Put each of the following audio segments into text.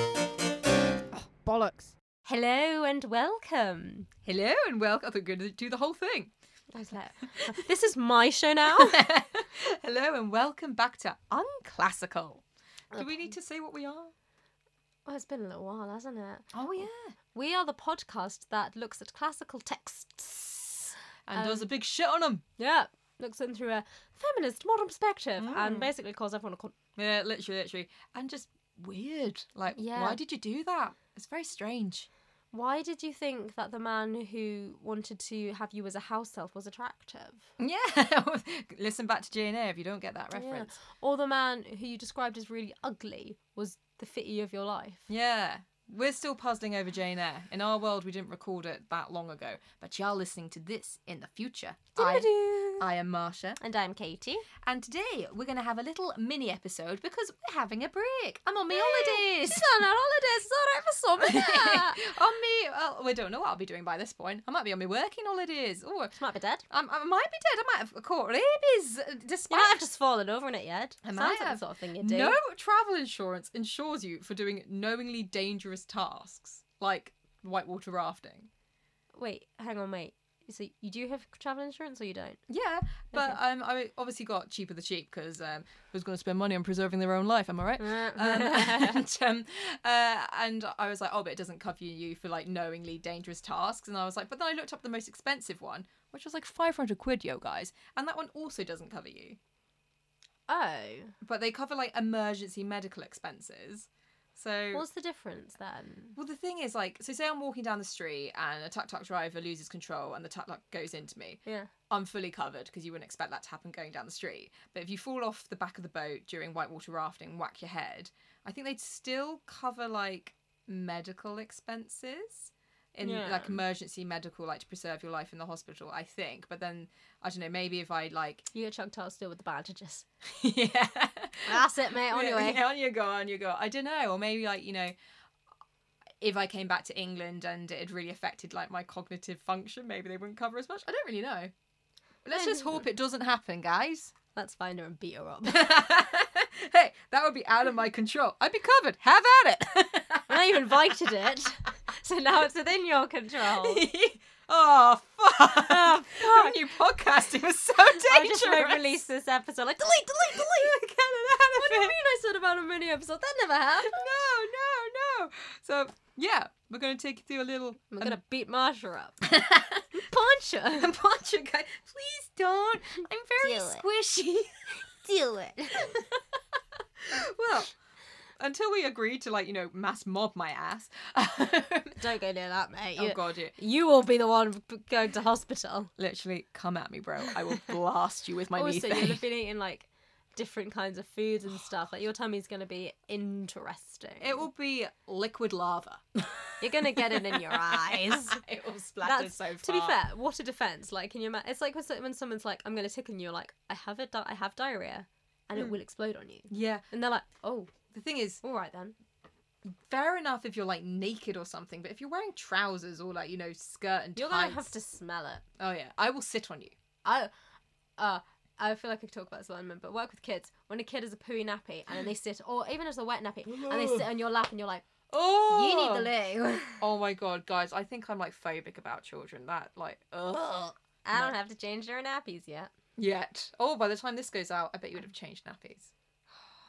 Oh, bollocks. Hello and welcome. Hello and welcome. I thought we were going to do the whole thing. I was like, this is my show now. Oh. Hello and welcome back to Unclassical. Do we need to say what we are? Oh, it's been a little while, hasn't it? Oh, yeah. We are the podcast that looks at classical texts. And Um, does a big shit on them. Yeah. Looks in through a feminist modern perspective and basically calls everyone a con- Yeah, literally, literally. And just weird. Like, Yeah. why did you do that? It's very strange. Why did you think that the man who wanted to have you as a house elf was attractive? Yeah. Listen back to Jane Eyre if you don't get that Yeah. reference. Or the man who you described as really ugly was the fitty of your life? Yeah. We're still puzzling over Jane Eyre. In our world, we didn't record it that long ago. But y'all listening to this in the future. I, Diddle-doo. I am Marsha. And I'm Katie. And today we're going to have a little mini episode because we're having a break. I'm on my holidays. It's not our holidays, it's not over summer. on me, well, we don't know what I'll be doing by this point. I might be on my working holidays. Or She might be dead. I'm, I might be dead. I might have caught rabies. uh, You Despite might have just fallen over in it yet. I might Sounds like the have. sort of thing you do. no travel insurance insures you for doing knowingly dangerous tasks like whitewater rafting. Wait, hang on, wait. So you do have travel insurance or you don't? Yeah, but Okay. um, I obviously got cheaper the cheap because um, who's going to spend money on preserving their own life? Am I right? um, and, um, uh, and I was like, oh, but it doesn't cover you for like knowingly dangerous tasks. And I was like, but then I looked up the most expensive one, which was like 500 quid, yo, guys. And that one also doesn't cover you. oh. But they cover like emergency medical expenses. So. What's the difference then? well, the thing is, like, so say I'm walking down the street and a tuk tuk driver loses control and the tuk tuk goes into me. Yeah. I'm fully covered because you wouldn't expect that to happen going down the street. But if you fall off the back of the boat during whitewater rafting and whack your head, I think they'd still cover like medical expenses in Yeah. like emergency medical, like to preserve your life in the hospital, I think. But then I don't know, maybe if I like, You get chucked out still with the bandages. yeah, That's it, mate. On your way. yeah, on you go, on you go. I don't know, or maybe like you know. If I came back to England and it had really affected like my cognitive function, maybe they wouldn't cover as much. I don't really know. Let's No, just no. hope it doesn't happen, guys. Let's find her and beat her up. hey, that would be out of my control. I'd be covered. Have at now you invited it, so now it's within your control. it. oh fuck! Oh, Our new podcasting was so I dangerous. just won't release this episode. Like delete, delete, delete. what do you mean I said about a mini episode? That never happened. No, no, no. So yeah, we're gonna take you through a little. I'm a- gonna beat Marsha up. Punch her. Punch you guys. Please don't. I'm very Do it. squishy. Do it. well, until we agree to like you know mass mob my ass. Don't go near that, mate. oh You- god, yeah. You will be the one b- going to hospital. Literally, come at me, bro. I will blast you with my also, methane. you'll have been eating like different kinds of foods and stuff. Like your tummy's going to be interesting. It will be liquid lava. You're going to get it in your eyes. it will splatter That's so far. to be fair. What a defense! Like, can you imagine? It's like when, so- when someone's like, "I'm going to tickle you," you're like, "I have it. Di- I have diarrhea, and Mm. it will explode on you." Yeah. And they're like, "Oh, The thing is, all right then." fair enough if you're like naked or something, but if you're wearing trousers or like you know skirt and You're going tights, to have to smell it. Oh yeah, I will sit on you. I, uh, I feel like I could talk about this one, but work with kids. When a kid has a pooey nappy and then they sit, or even as a wet nappy, and they sit on your lap, and you're like, Oh, "You need the loo." Oh my god, guys, I think I'm like phobic about children. That like, ugh. I No. don't have to change their nappies yet. Yet. Oh, by the time this goes out, I bet you would have changed nappies.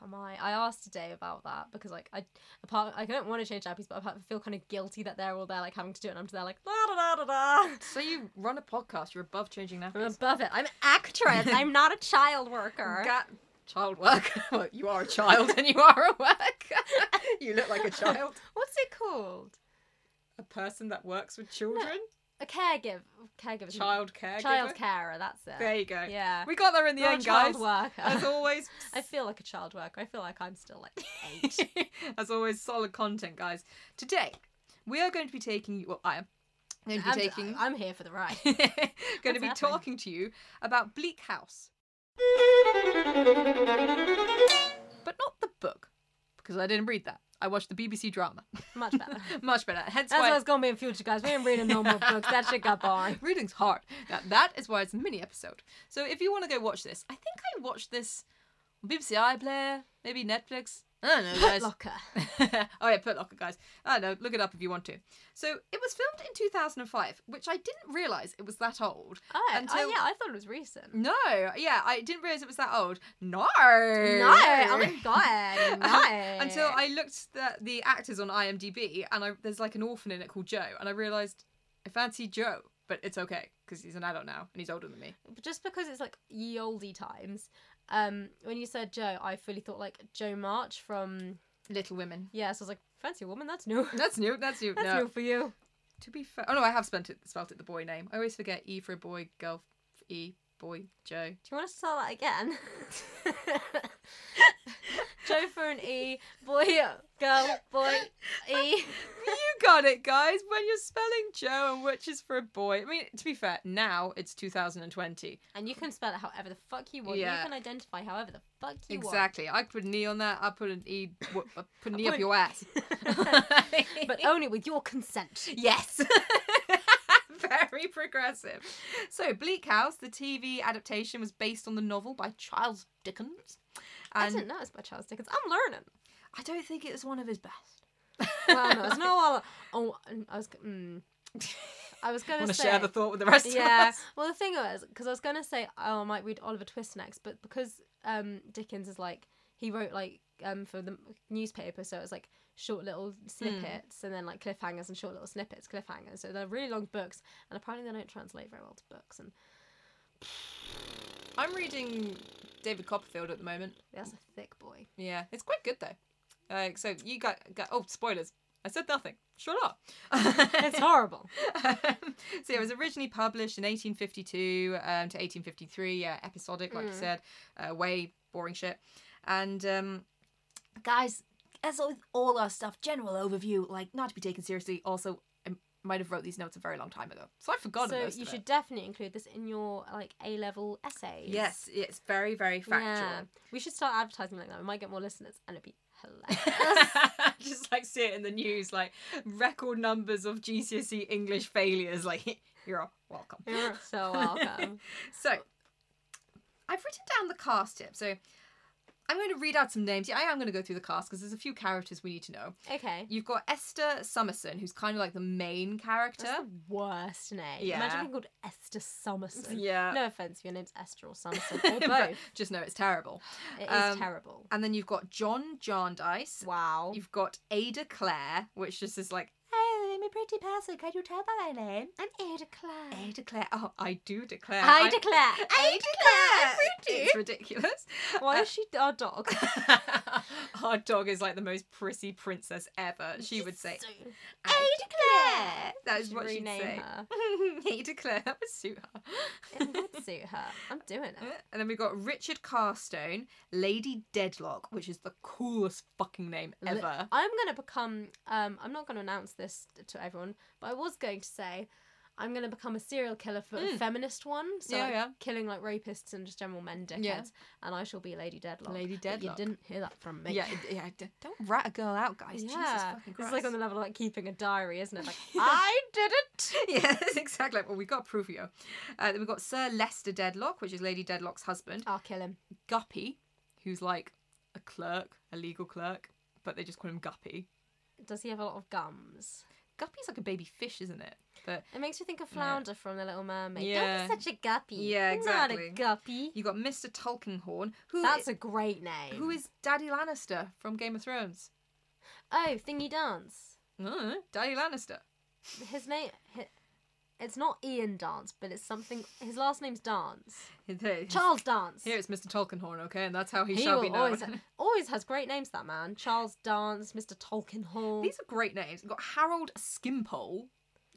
Am I? I asked today about that because like I apart I don't want to change nappies, but apart I feel kind of guilty that they're all there like having to do it. And I'm just there like la da da da da. So you run a podcast, you're above changing I'm nappies. above it. I'm an actress. I'm not a child worker. Got child work. well, you are a child and you are a worker. you look like a child. What's it called? A person that works with children. A caregiver. Caregiver. Child care. Child carer. That's it. There you go. Yeah. We got there in the Not a end, child guys. worker. As always, I feel like a child worker. I feel like I'm still like eight. as always, solid content, guys. Today, we are going to be taking you. Well, I am going to be I'm, taking. I'm here for the ride. going to What's be happening? talking to you about Bleak House, but not the book because I didn't read that. I watched the BBC drama. Much better. Much better. Hence That's why what it's gonna be in future, guys. We ain't reading no more books. That shit got boring. reading's hard. Now, that is why it's a mini episode. So if you want to go watch this, I think I watched this BBC iPlayer, maybe Netflix. I don't know, guys. Locker. oh yeah, Footlocker guys. I don't know. Look it up if you want to. So it was filmed in 2005, which I didn't realize it was that old. Oh, oh, Until- yeah, I thought it was recent. No, yeah, I didn't realize it was that old. No, No, oh my god, no. Until I looked the, the actors on IMDb, and I, there's like an orphan in it called Joe, and I realized I fancy Joe, but it's okay because he's an adult now and he's older than me. just because it's like ye olde times. Um, when you said Joe, I fully thought like Joe March from Little Women. yeah. So I was like, fancy woman, that's new. That's new. That's new. That's no, new for you. to be fair. Oh no, I have spelt it. Spelt it the boy name. I always forget E for a boy, girl, for E boy Do Joe. you want us to start that again? Joe for an E, boy, girl, boy, E. you got it, guys. When you're spelling Joe and which is for a boy. I mean, to be fair, now it's 2020. And you can spell it however the fuck you want. Yeah. You can identify however the fuck you exactly. I could put an E on that. I put an E. w- I put an E up put- your ass. want. but only with your consent. yes. Very progressive. So, Bleak House, the TV adaptation, was based on the novel by Charles Dickens. I And didn't know it's by Charles Dickens. I'm learning. I don't think it was one of his best. Well, no, it's not all. Oh, I was. Mm, I was gonna want to say. share the thought with the rest of yeah. us. Well, the thing was, because I was gonna say, oh, I might read Oliver Twist next, but because um, Dickens is like he wrote like um for the newspaper, so it was like short little Hmm. snippets and then like cliffhangers and short little snippets, cliffhangers. So they're really long books, and apparently they don't translate very well to books, and I'm reading David Copperfield at the moment. that's a thick boy. Yeah, it's quite good though. Like, so you got, got oh spoilers. I said nothing. Shut up. It's horrible. Um, so it was originally published in 1852 um, to 1853. Yeah, episodic, like you Mm. said, uh, way boring shit. And um, guys, as with all our stuff, general overview, like not to be taken seriously. Also, I might have wrote these notes a very long time ago, so I've forgotten. so most you of it. should definitely include this in your like A level essays. Yes, it's very very factual. We should start advertising like that. We might get more listeners and it'd be hilarious. just like see it in the news, like record numbers of GCSE E English failures. Like you're all welcome. You're so welcome. So I've written down the cast tip. So I'm going to read out some names. Yeah, I am going to go through the cast because there's a few characters we need to know. Okay. You've got Esther Summerson, who's kind of like the main character. That's the worst name. Yeah. Imagine being called Esther Summerson. Yeah. No offense if your name's Esther or Summerson or But both. just know it's terrible. It is um, terrible. And then you've got John Jarndyce. Wow. You've got Ada Clare, which just is like, Hey, I'm a pretty person. Can you tell by my name? I'm Ada Clare. Ada Clare. Oh, I do declare. I declare. I declare. declare. It's ridiculous. Why is she our dog? Our dog is like the most prissy princess ever. She would say, So- I declare. That We is should what she'd rename say. her. I declare. That would suit her. It would suit her. I'm doing it. And then we've got Richard Carstone, Lady Deadlock, which is the coolest fucking name Li- ever. I'm gonna become. Um, I'm not gonna announce this t- to everyone, but I was going to say, I'm gonna become a serial killer for a Mm. feminist one. So Yeah, like, yeah. killing like rapists and just general men dickheads, Yeah. and I shall be Lady Deadlock. Lady But Deadlock. You didn't hear that from me. Yeah, it- yeah. d- Don't rat a girl out, guys. Jesus Yeah. fucking It's Christ. like on the level of like keeping a diary, isn't it? Like ah, I did it. yes, exactly. Well, we got proof of you. Uh, then we've got Sir Lester Deadlock, which is Lady Deadlock's husband. I'll kill him. Guppy, who's like a clerk, a legal clerk, but they just call him Guppy. Does he have a lot of gums? Guppy's like a baby fish, isn't it? But It makes me think of Flounder from The Little Mermaid. Don't Yeah. be such a guppy. Yeah, Not a exactly. guppy. you got Mr. Tulkinghorn, who That's i- a great name. who is Daddy Lannister from Game of Thrones. Oh, Thingy Dance. Uh, Daddy Lannister. his name hi it's not ian dance but it's something his last name's dance Here charles dance it's Mr. Tulkinghorn, okay, and that's how he, he shall be will known. always always has great names that man charles dance mr tolkienhorn These are great names. We've got Harold Skimpole,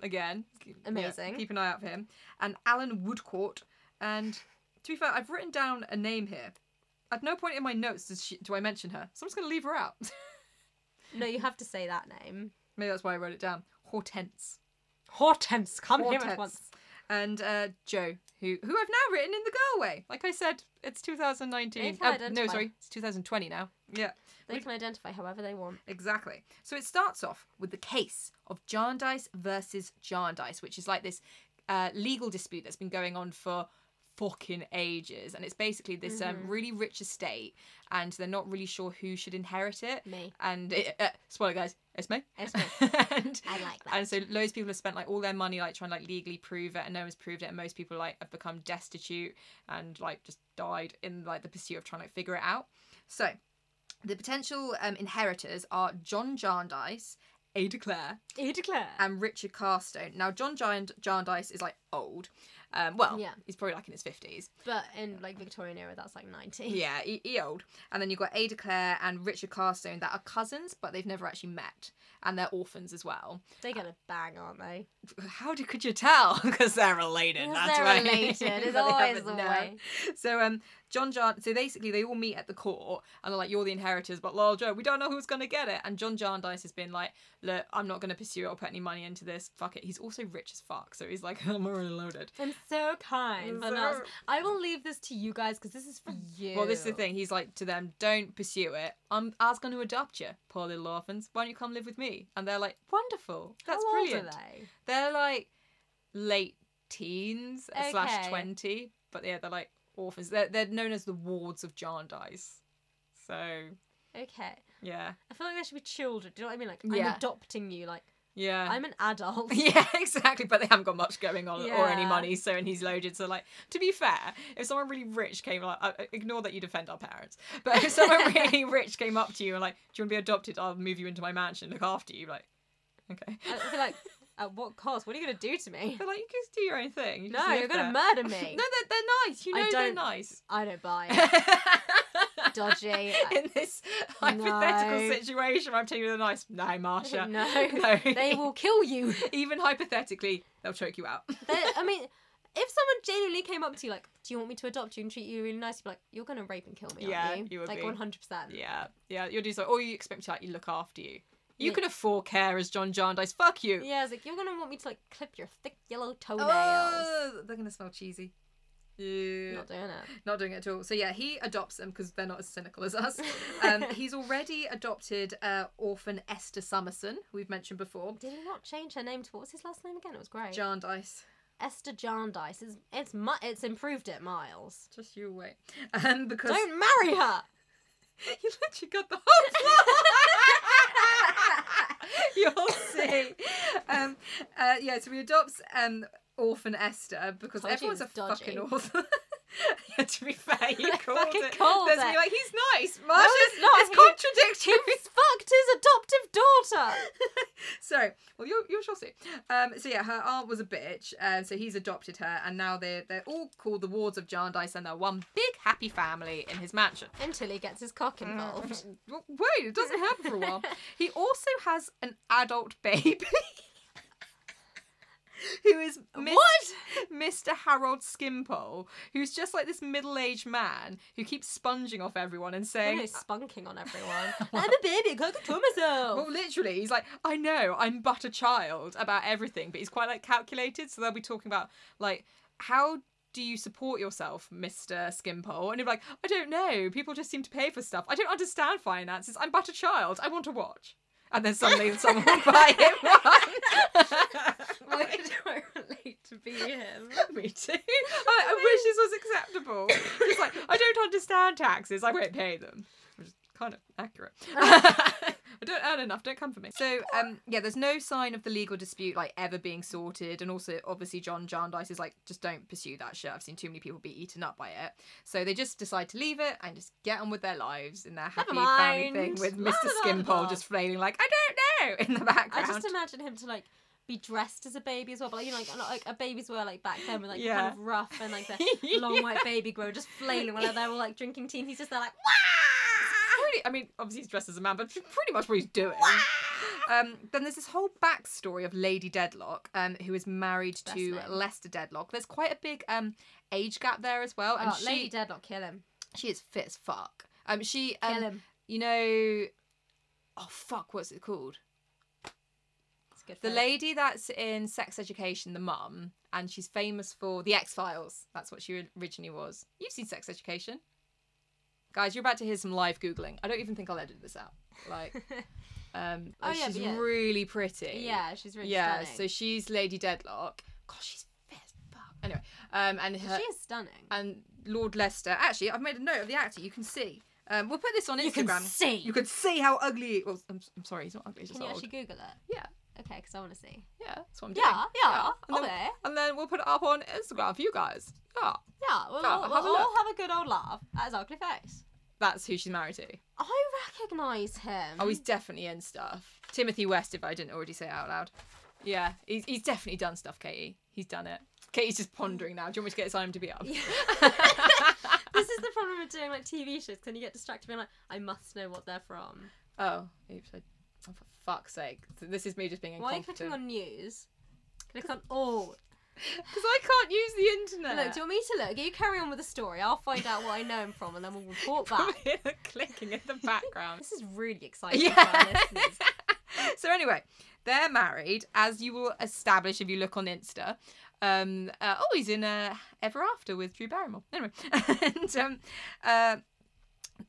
again. yeah, Amazing. keep an eye out for him. And Alan Woodcourt. And to be fair, I've written down a name here. At no point in my notes does she, do I mention her, so I'm just going to leave her out. no you have to say that name Maybe that's why I wrote it down. Hortense. hortense come here Hortense. at once And uh, Joe, who who I've now written in the girl way. Like I said, it's 2019. They can Oh, no, identify. sorry, it's 2020 now. Yeah, they can identify however they want exactly. So it starts off with the case of Jarndyce versus Jarndyce, which is like this uh, legal dispute that's been going on for fucking ages. And it's basically this Mm-hmm. um, really rich estate, and they're not really sure who should inherit it. Me. And it, uh, spoiler, guys, it's me. It's me. and, I like that. and so loads of people have spent like all their money like trying to like legally prove it, and no one's proved it. And most people like have become destitute and like just died in like the pursuit of trying to like, figure it out. So the potential um, inheritors are John Jarndyce, Ada Clare, You declare. and Richard Carstone. Now, John Jarnd- Jarndyce is like old. Um, well, Yeah. he's probably like in his 50s. But in like Victorian era, that's like 90. Yeah, he, he old. And then you've got Ada Clare and Richard Carstone that are cousins, but they've never actually met. And they're orphans as well. They're gonna bang, aren't they? How did, could you tell? Because they're related. Because that's they're right. related. But It's they always haven't the known. way. So um, John Jarn. So basically, they all meet at the court, and they're like, "You're the inheritors, but Lol Joe, we don't know who's gonna get it." And John Jarndyce has been like, "Look, I'm not gonna pursue it or put any money into this. Fuck it." He's also rich as fuck, so he's like, "I'm already loaded." I'm so kind. But not- So- I will leave this to you guys because this is for you. Well, this is the thing. He's like to them, "Don't pursue it. I'm I was going to adopt you, poor little orphans. Why don't you come live with me?" And they're like, "Wonderful. How That's old are brilliant." they? They're like late teens slash Okay. twenty, but yeah, they're like orphans. They're they're known as the wards of Jarndyce. So Okay. yeah, I feel like they should be children. Do you know what I mean? Like, I'm Yeah. adopting you. Like, yeah. I'm an adult. yeah, exactly. But they haven't got much going on or any Yeah. money, so and he's loaded. So like, to be fair, if someone really rich came, like, uh, ignore that you defend our parents. But if someone really rich came up to you and like, do you want to be adopted? I'll move you into my mansion, look after you. Like, okay. I feel like, at what cost? What are you gonna do to me? But like, you can just do your own thing. You No, just live you're gonna there. murder No, me. they're, they're nice. You I know they're don't- nice. I don't buy it. Dodgy. In this hypothetical No. situation, where I'm telling you they're nice. No, Marsha. No. They will kill you. Even hypothetically, they'll choke you out. They- I mean, if someone genuinely came up to you like, "Do you want me to adopt you and treat you really nice?" You'd be like, "You're gonna rape and kill me, Yeah, aren't you?" you would like be. 100. percent Yeah, yeah, you'll do so. Or you expect to like, you look after you. You Yeah. can afford care as John Jarndyce. Fuck you. Yeah, it's like you're gonna want me to like clip your thick yellow toenails. Oh, they're gonna smell cheesy. Yeah. Not Not, doing it. doing it at all. So yeah, he adopts them because they're not as cynical as us. um, he's already adopted uh, orphan Esther Summerson, who we've mentioned before. Did he not change her name to what was his last name again? It was great. Jarndyce, Esther Jarndyce. It's it's, mu- it's improved it miles. just you wait. Um, because Don't marry her. you literally got the whole plot. You'll see. Um, uh, yeah, so he adopts um, orphan Esther because Told you it everyone's a was dodgy. fucking orphan. yeah, to be fair, you I called fucking it. called There's it. me like he's nice. Marsha's it's not. It's He- contradictory. He's fucked his adoptive daughter. so, well, you you shall see. Um, so yeah, her aunt was a bitch, uh, so he's adopted her, and now they they're all called the wards of Jarndyce, and they're one big happy family in his mansion. Until he gets his cock involved. Well, Wait, it doesn't happen for a while. He also has an adult baby. Who is Miss, Mr. Harold Skimpole, who's just like this middle aged man who keeps sponging off everyone and He's saying, spunking on everyone. I'm a baby, I can't control myself. Well, literally, he's like, I know, I'm but a child about everything, but he's quite like calculated. So they'll be talking about like, how do you support yourself, Mister Skimpole? And he'll be like, I don't know. People just seem to pay for stuff. I don't understand finances. I'm but a child. I want to watch. And then suddenly someone will buy him one. Why do I relate to be him? Me too. I, I wish this was acceptable. It's like I don't understand taxes. I won't pay them. Which is kind of accurate. I don't earn enough. Don't come for me. So um, yeah, there's no sign of the legal dispute like ever being sorted, and also obviously John Jarndyce is like, just don't pursue that shit. I've seen too many people be eaten up by it. So they just decide to leave it and just get on with their lives in their happy family mind. thing with La, la, Mr. la, Skimpole la. just flailing like I don't know in the background. I just imagine him to like be dressed as a baby as well, but like, you know, like, like a babies were like back then with like Yeah. kind of rough and like the long white baby grow just flailing while they're all like drinking tea. And he's just there like, pretty, I mean, obviously he's dressed as a man, but it's pretty much what he's doing. Um, then there's this whole backstory of Lady Deadlock, um, who is married Best to name. Lester Deadlock. There's quite a big um, age gap there as well, and oh, she Lady Deadlock, kill him, she is fit as fuck. Um, she kill um, him. you know, oh fuck, what's it called? It's good. The film. lady that's in Sex Education, the mum, and she's famous for the X Files. That's what she originally was. You've seen Sex Education, guys. You're about to hear some live googling. I don't even think I'll edit this out. Like, um, Oh, like, yeah, she's but yeah. really pretty. Yeah, she's really yeah. stunning. So she's Lady Deadlock. Gosh, she's fit as fuck. Anyway, um, and her, she is stunning. and Lord Leicester. Actually, I've made a note of the actor. You can see. Um, we'll put this on Instagram. You can see. You can see how ugly. Well, I'm, I'm sorry, he's not ugly. He's just Can you old. actually Google it? Yeah, Okay, because I want to see. yeah, that's what I'm doing. Yeah, yeah, And I'll then, there. and then we'll put it up on Instagram for you guys. Yeah, Yeah, we'll, Yeah, we'll, have a we'll all look. have a good old laugh at his ugly face. that's who she's married to. I recognise him. Oh, he's definitely in stuff. Timothy West, if I didn't already say it out loud. Yeah, he's, he's definitely done stuff, Katie. He's done it. Katie's just pondering now. Do you want me to get his IMDb up? this is the problem with doing like TV shows. Can you get distracted being like, I must know what they're from? oh, oops. I, oh, for fuck's sake. This is me just being Why are you clicking incompetent. on news? Click on all. Because I can't use the internet. Oh, Look, do you want me to look? You carry on with the story. I'll find out what I know him from, and then we'll report Probably back. hear the clicking in the background. This is really exciting for our yeah. listeners. so anyway, they're married, as you will establish if you look on Insta. Um, uh, oh, he's in uh, Ever After with Drew Barrymore. Anyway, and um, uh,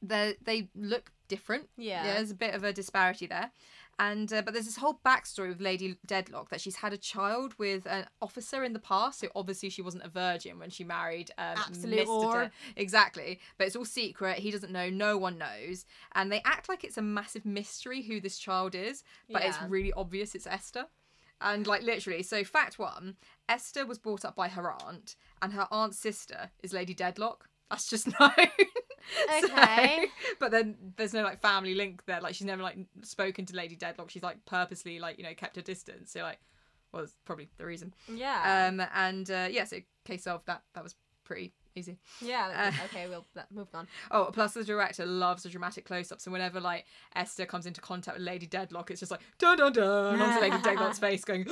they they look different. Yeah. there's a bit of a disparity there. And uh, but there's this whole backstory with Lady Deadlock that she's had a child with an officer in the past, so obviously she wasn't a virgin when she married um, Absolute Mr. De- whore. exactly. But it's all secret. He doesn't know. No one knows. And they act like it's a massive mystery who this child is, but it's Yeah. really obvious it's Esther. And like literally, so fact one, Esther was brought up by her aunt, and her aunt's sister is Lady Deadlock. That's just known. So- Okay. but then there's no like family link there. Like she's never like spoken to Lady Deadlock. She's like purposely like you know kept her distance. So like, well, that's probably the reason. Yeah. Um and uh, yeah, so case solved. That that was pretty easy. yeah. uh, okay, we'll let, move on. Oh, plus the director loves a dramatic close up. So whenever like Esther comes into contact with Lady Deadlock, it's just like dun dun dun onto Lady Deadlock's face going.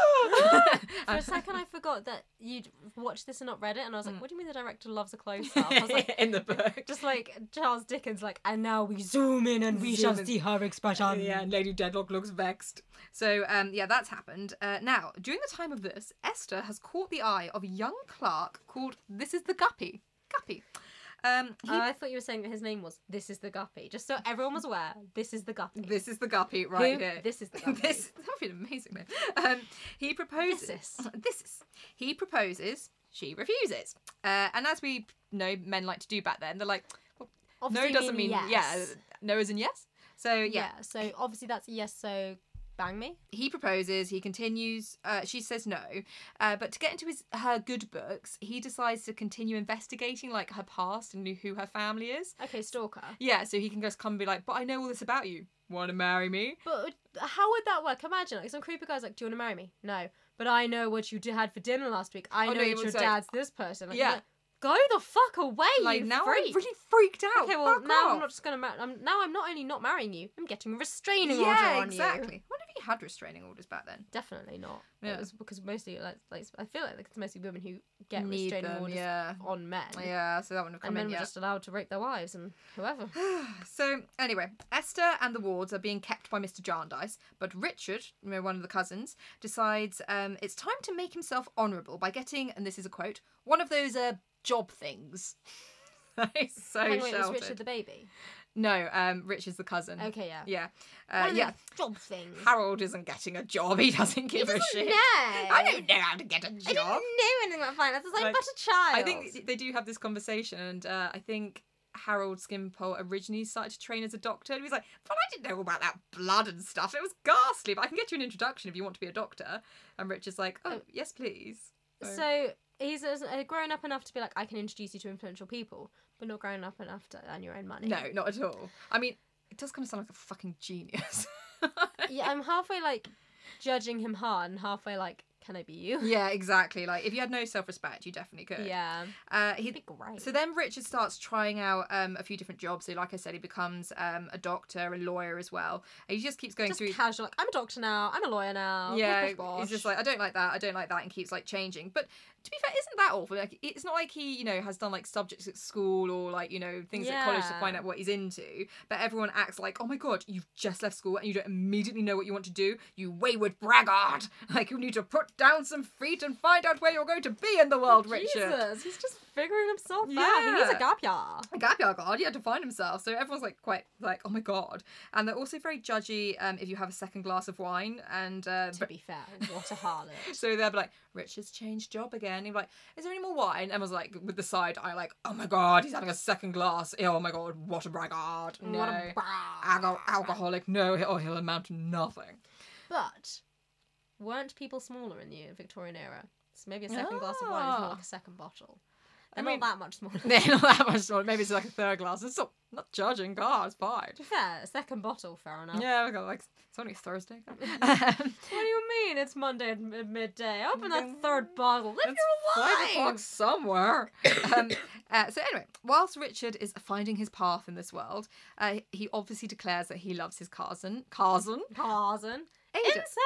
"Ah!" For a second, I forgot that you'd watched this and not read it, and I was Mm. like, what do you mean the director loves a close up? I was like, in the book. just like Charles Dickens, like, and now we zoom in and we shall Zoom in. see her expression. Yeah, and Lady Deadlock looks vexed. So, um, yeah, that's happened. Uh, now, during the time of this, Esther has caught the eye of a young clerk called This is the Guppy. Guppy. Um, he- Oh, I thought you were saying that his name was This is the Guppy. Just so everyone was aware, this is the Guppy. this is the Guppy right Who- here. This is the Guppy. This that would be an amazing name. Um, he proposes. This This is. He proposes. She refuses. Uh, and as we know, men like to do back then, they're like, well, no Obviously doesn't mean yeah. yes. No is in yes. So yeah, Yeah. so obviously that's a yes, so bang me. he proposes he continues uh, she says no uh, but to get into his her good books he decides to continue investigating like her past and who her family is Okay, stalker. yeah so he can just come and be like but i know all this about you want to marry me But uh, how would that work? Imagine like some creepy guy's like, "Do you want to marry me?" No, but I know what you did had for dinner last week. I Oh, know no, that he your was like- dad's this person. Like, Yeah. like, go the fuck away, like you now i'm freak. really freaked out okay, well Fuck now off. I'm not just gonna. Mar- I'm, now I'm not only not marrying you, I'm getting a restraining yeah order on exactly you. i wonder if he had restraining orders back then Definitely not. Yeah. It was because mostly like, like I feel like it's mostly women who get Need restraining them, orders yeah on men. yeah so that wouldn't have And come men in were yet just allowed to rape their wives and whoever. So anyway, Esther and the Wards are being kept by Mr. Jarndyce, but Richard, you know, one of the cousins, decides um, it's time to make himself honourable by getting, and this is a quote, one of those uh, job things. That is so Hang on, it was sheltered. Richard the baby. No, um, Richard's the cousin. Okay, yeah. Yeah, One uh, of yeah. those job things. Harold isn't getting a job. He doesn't give a shit. No. I don't know how to get a I didn't job. know anything about finance. I was like, Like, but a child. I think they do have this conversation, and uh, I think Harold Skimpole originally started to train as a doctor. And he was like, "But I didn't know about that blood and stuff. It was ghastly. But I can get you an introduction if you want to be a doctor." And Richard's like, "Oh, Oh. yes, please." so. He's uh, grown up enough to be like, I can introduce you to influential people, but not grown up enough to earn your own money. No, not at all. I mean, it does kind of sound like a fucking genius. Yeah, I'm halfway like judging him hard and halfway like, can I be you? yeah, exactly. Like if you had no self-respect, you definitely could. Yeah. Uh, he It'd be great. So then Richard starts trying out um, a few different jobs. So, like I said, he becomes um, a doctor, a lawyer as well. And he just keeps going just through. casual. Like, I'm a doctor now. I'm a lawyer now. yeah, bosh, bosh, he's just bosh. like, I don't like that, I don't like that, and keeps like changing. But to be fair, isn't that awful? Like, it's not like he, you know, has done like subjects at school or like, you know, things at college to Yeah. find out what he's into. But everyone acts like, oh my god, you've just left school and you don't immediately know what you want to do. You wayward braggart! Like, you need to put down some feet and find out where you're going to be in the world, Richard. Jesus, he's just figuring himself out. He Yeah. needs a gap year. Gabby God, he had to find himself. So everyone's like quite like, oh my god. And they're also very judgy um, if you have a second glass of wine. And uh, To be fair, what a harlot. so they'll be like, Richard's changed job again. He'd be like, is there any more wine? And was like, with the side eye, like, oh my god, he's having a second glass. Oh my god, what a braggart. No. What a Alco- bra. alcoholic. No, he- oh, he'll amount to nothing. But weren't people smaller in the Victorian era? So maybe a second glass of wine is Ah. more like a second bottle. They're mean- not that much smaller. They're not that much smaller. Maybe it's like a third glass. It's not, not judging. God, it's fine. To be fair, a second bottle, fair enough. Yeah, we got like it's only Thursday. Um, What do you mean? It's Monday at mid- midday. Open that Yeah. third bottle. Live Five your o'clock life. somewhere. um, uh, so anyway, whilst Richard is finding his path in this world, uh, he obviously declares that he loves his cousin, cousin Cousin. Ada. Incest.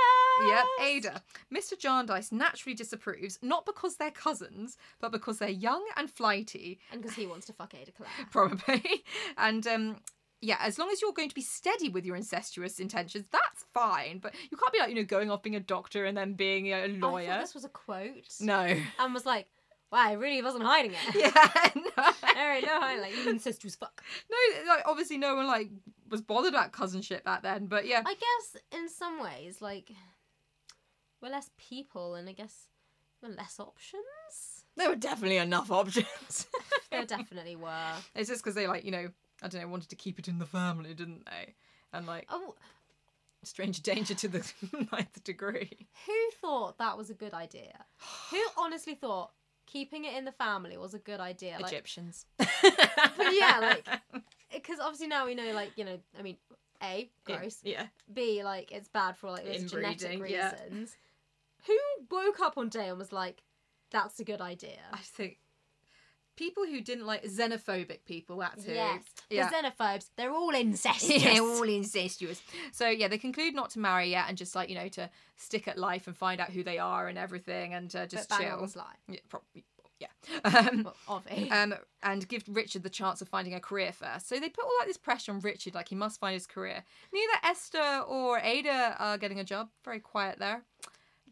Yep, Ada. Mr. Jarndyce naturally disapproves, not because they're cousins, but because they're young and flighty, And because he wants to fuck Ada Claire. probably. and um, yeah, as long as you're going to be steady with your incestuous intentions, that's fine. But you can't be like you know going off being a doctor and then being a I thought lawyer. this was a quote. No. And was like, wow, I really wasn't hiding it. Yeah, no. All right, no, I like you insist you was fuck. No, like obviously no one like was bothered about cousinship back then, but yeah, I guess in some ways, like we're less people, and I guess we're less options. there were definitely enough options. There definitely were. it's just because they like you know I don't know wanted to keep it in the family, didn't they? And like Oh, stranger danger to the ninth degree. who thought that was a good idea? Who honestly thought keeping it in the family was a good idea? Like, Egyptians. yeah, like, because obviously now we know, like you know, I mean, a gross, Yeah. b like it's bad for like those genetic Inbreeding, yeah. reasons. Who woke up one day and was like, "That's a good idea"? I think people who didn't like xenophobic people. That's who. Yes, the Yeah. xenophobes, they're all incestuous. Yeah, all incestuous. So yeah, they conclude not to marry yet, and just like you know, to stick at life and find out who they are and everything, and uh, just but bang chill. on the sly. Yeah, probably. Yeah. Um, Well, obvi. um, and give Richard the chance of finding a career first. So they put all like this pressure on Richard, like he must find his career. Neither Esther or Ada are getting a job. Very quiet there.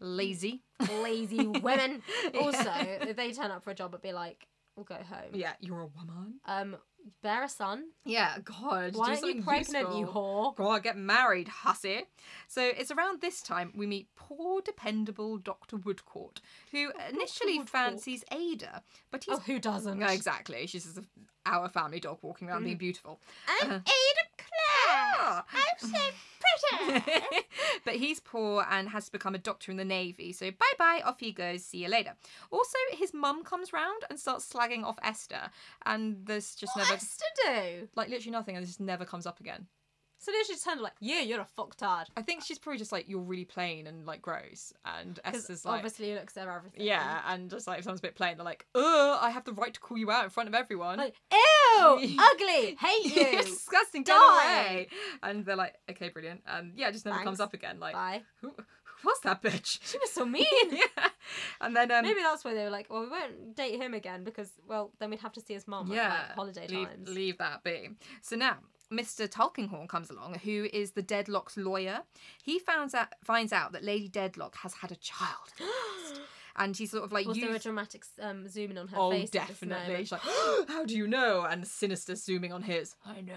Lazy. Lazy women. Yeah. Also, if they turn up for a job, it'd be like, we'll go home. Yeah, you're a woman. Um, bear a son. Yeah, God. Why aren't do you something pregnant, useful. you whore? God, get married, hussy. So it's around this time we meet poor, dependable Dr. Woodcourt, who initially Woodcourt. fancies Ada, but he's. Oh, who doesn't? No, exactly. She's just a, our family dog walking around being beautiful. I'm Uh-huh. Ada Clare. Ah. I'm so pretty. but he's poor and has to become a doctor in the navy. So bye bye, off he goes. See you later. Also, his mum comes round and starts slagging off Esther, and there's just What never else to do? like literally nothing, and this just never comes up again. So then she turned like, yeah, you're a fucktard. I think she's probably just like you're really plain and like gross, and Because Esther's like. obviously he looks at everything. Yeah, and just like if someone's a bit plain, they're like, "Ugh, I have the right to call you out in front of everyone." Like, ew, ugly, hate you. You're disgusting, get Die. away! And they're like, "Okay, brilliant." And yeah, it just never Thanks. comes up again. Like, Bye. who, who was that bitch? She was so mean. yeah. And then um Maybe that's why they were like, well, we won't date him again because, well, then we'd have to see his mum at yeah, like, holiday leave, times. leave that be. So now Mr. Tulkinghorn comes along, who is the Deadlock's lawyer. He finds out finds out that Lady Deadlock has had a child, and he's sort of like, Was you there a dramatic um, zoom in on her oh, face? at this definitely. moment? She's like, how do you know? And sinister zooming on his. I know.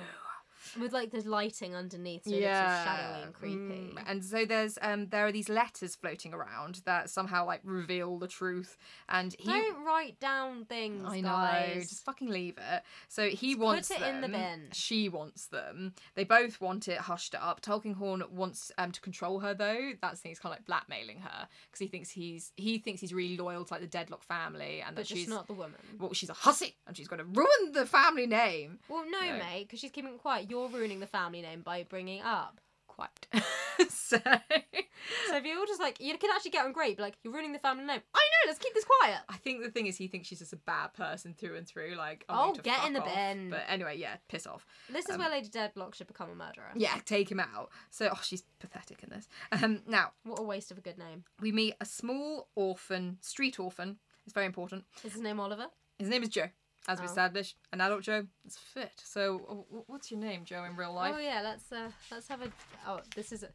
With like the lighting underneath, so yeah. yeah, it's all shadowy and creepy. Mm, and so there's um there are these letters floating around that somehow like reveal the truth. And he, Don't write down things, I know. guys. Just fucking leave it. So he Just put wants it in the them, bin. She wants them. They both want it hushed up. Tulkinghorn wants um, to control her though. That's the thing. He's kind of like blackmailing her because he thinks he's he thinks he's really loyal to like the Deadlock family and But that she's just not the woman. well she's a hussy and she's going to ruin the family name. Well, no, mate, No. 'cause mate, because she's keeping it quiet. You're ruining the family name by bringing it up. Quite. so So if you're all just like, you can actually get on great, but like, you're ruining the family name. I know, let's keep this quiet. I think the thing is he thinks she's just a bad person through and through. Like I Oh, want you to get fuck in the off. bin. But anyway, yeah, piss off. This is Um, where Lady Deadlock should become a murderer. Yeah, take him out. So oh, she's pathetic in this. Um, now What a waste of a good name. we meet a small orphan, street orphan. It's very important. Is his name Oliver? His name is Joe, as we Oh. established. An adult Joe is fit. So, w- w- what's your name, Joe, in real life? Oh yeah, let's uh, let's have a. Oh, this is. A...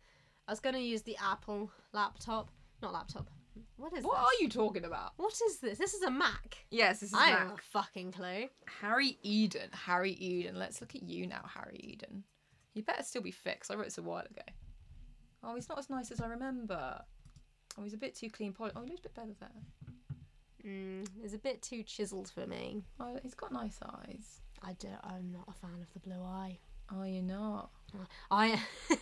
I was gonna use the Apple laptop, not laptop, What is What this? are you talking about? What is this? This is a Mac. Yes, this is I have a Mac. fucking clue. Harry Eden. Harry Eden. Let's look at you now, Harry Eden. You better still be fixed. I wrote this a while ago. Oh, he's not as nice as I remember. Oh, he's a bit too clean polished. Oh, he looks a bit better there. Mm, it's a bit too chiseled for me. Oh, he's got nice eyes. I don't, I'm not a fan of the blue eye. Oh, you're not. I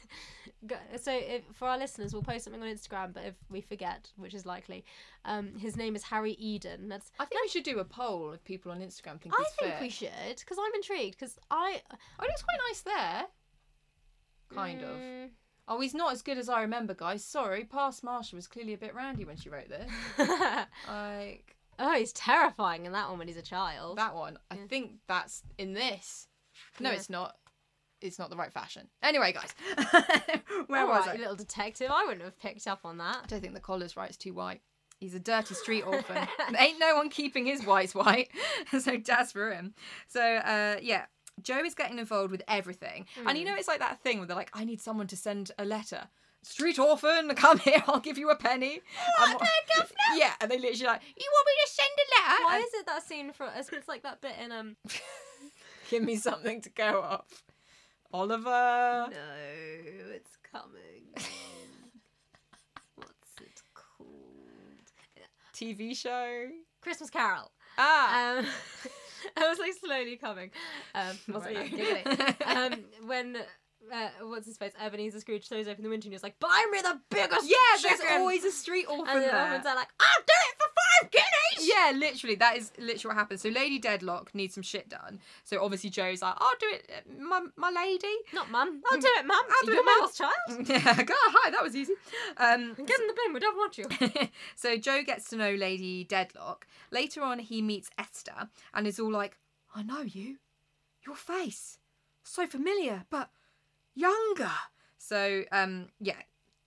Go- so if, for our listeners, we'll post something on Instagram. But if we forget, which is likely, um, his name is Harry Eden. That's I think we should do a poll of people on Instagram think I he's think fit. we should because I'm intrigued because I Oh, he looks quite nice there. Kind of. Mm. Oh, he's not as good as I remember, guys. Sorry, past Marsha was clearly a bit randy when she wrote this. of. Like oh, he's terrifying in that one when he's a child. that one. I Yeah. think that's in this. No, Yeah. it's not. It's not the right fashion. Anyway, guys, where All was right, I? little detective. I wouldn't have picked up on I that. don't think the collar's right. It's too white. He's a dirty street orphan. There ain't no one keeping his whites white. so jazz for him. So uh, yeah, Joe is getting involved with everything, and you Mm. know it's like that thing where they're like, I need someone to send a letter. Street orphan, come here. I'll give you a penny. And what- yeah, and they literally like, you want me to send a letter? Why is it that scene from? It's like that bit in um. Give me something to go off. Oliver. No, it's coming. What's it called? TV show. Christmas Carol. Ah. Um, I was like slowly coming. Um, wasn't Right. that giggly? Um, when uh, what's his face? Ebenezer Scrooge throws open the window and he's like, "Buy me the biggest." yeah, there's chicken!" always a street orphan And the there. orphans are like, "Ah, "I'll do it for five guineas." Yeah, literally, that is literally what happens. So Lady Deadlock needs some shit done. So obviously Joe's like, I'll do it, uh, my, my lady. Not mum. I'll do it, mum. I'll do You're it, my Mum." lost child. Yeah, God, hi, that was easy. Um, Get in the bin. We don't want you. so Joe gets to know Lady Deadlock. Later on, he meets Esther and is all like, I know you. Your face. So familiar, but younger. So, um, yeah.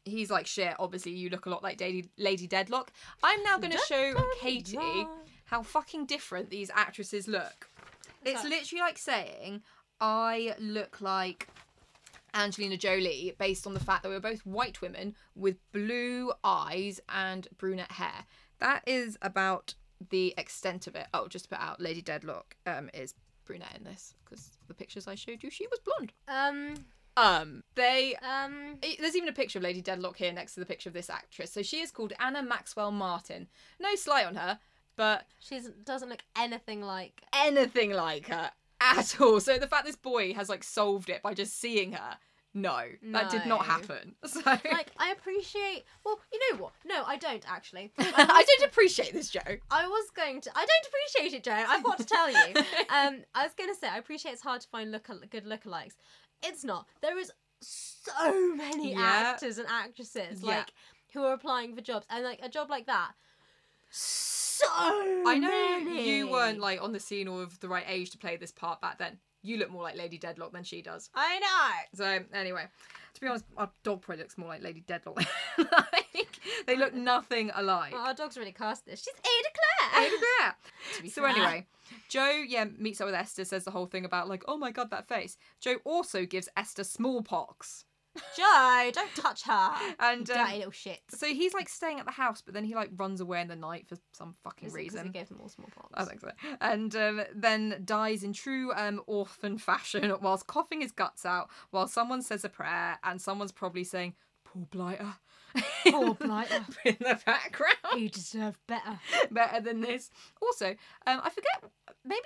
He's like, shit, obviously you look a lot like Lady, Lady Deadlock. I'm now going to show Katie how fucking different these actresses look. It's that? literally like saying, I look like Angelina Jolie based on the fact that we were both white women with blue eyes and brunette hair. That is about the extent of it. Oh, just to put out, Lady Deadlock um, is brunette in this because the pictures I showed you, she was blonde. Um. Um, they Um. it- There's even a picture of Lady Deadlock here next to the picture of this actress. So she is called Anna Maxwell Martin. No slight on her, but She doesn't look anything like. anything like her at all. So the fact this boy has like solved it by just seeing her, no, that did No. not happen. So Like I appreciate. Well, you know what? No, I don't actually. I did appreciate this joke. I was going to. I don't appreciate it, Joan. I've got to tell you. Um, I was going to say I appreciate it's hard to find look good lookalikes. It's not. There is so many Yeah. actors and actresses Yeah. like who are applying for jobs, and like a job like that. So I I know you weren't like on the scene or of the right age to play this part back then. You look more like Lady Deadlock than she does. I know. So anyway, to be honest, our dog probably looks more like Lady Deadlock. like, they look nothing alike. Well, our dog's really cast this. She's Ada Claire. Over there. To be So fair. anyway, Joe yeah meets up with Esther, says the whole thing about like, oh my god, that face. Joe also gives Esther smallpox, Joe, don't touch her. and um, Dirty little shit. so he's like staying at the house, but then he like runs away in the night for some fucking Is it 'cause reason. It gave them all smallpox. I think so. And um, then dies in true um, orphan fashion whilst coughing his guts out, while someone says a prayer, and someone's probably saying, "Paul Blighter." "Oh, Poor blighter. in the background. You deserve better. better than this. Also, um, I forget maybe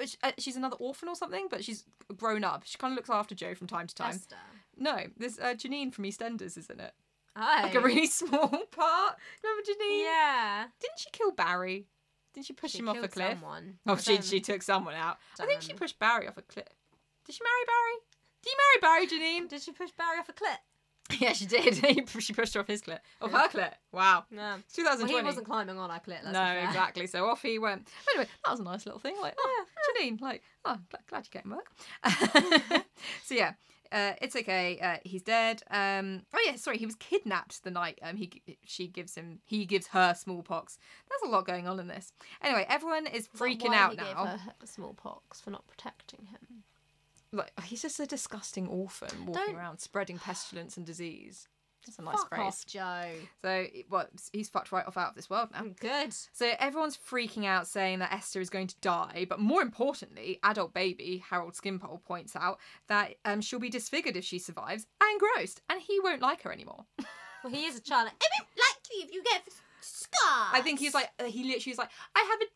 uh, sh- uh, she's another orphan or something, but she's grown up. She kind of looks after Joe from time to time. Esther. No, this uh, Janine from EastEnders, isn't it? Hi. Like a really small part. Remember Janine? Yeah. Didn't she kill Barry? Didn't she push She him off a killed cliff? Someone. Oh, I she don't- she took someone out. I Don't think she remember. pushed Barry off a cliff. Did she marry Barry? Did you marry Barry, Did she push Barry off a cliff? Janine? yeah, she did. He- she pushed her off his cliff. Off her cliff. Wow. No. It's 2020. Well, he wasn't climbing on our cliff. That's no, for fair. exactly. So off he went. Anyway, that was a nice little thing. Like, oh, Janine, like, oh, gl- glad you're getting work. so yeah, uh, it's okay. Uh, he's dead. Um, oh yeah, sorry, he was kidnapped the night. Um, he g- she gives him, he gives her smallpox. There's a lot going on in this. Anyway, everyone is Is that freaking why out he now. Gave her smallpox for not protecting him. Like, he's just a disgusting orphan walking Don't- around spreading pestilence and disease. It's a nice Fuck phrase. off, Joe. So, well, he's fucked right off out of this world now. Good. So everyone's freaking out saying that Esther is going to die, but more importantly, adult baby Harold Skimpole points out that um, she'll be disfigured if she survives and grossed, and he won't like her anymore. Well, he is a child. I won't like you if you get scars. I think he's like uh, he literally is like I have a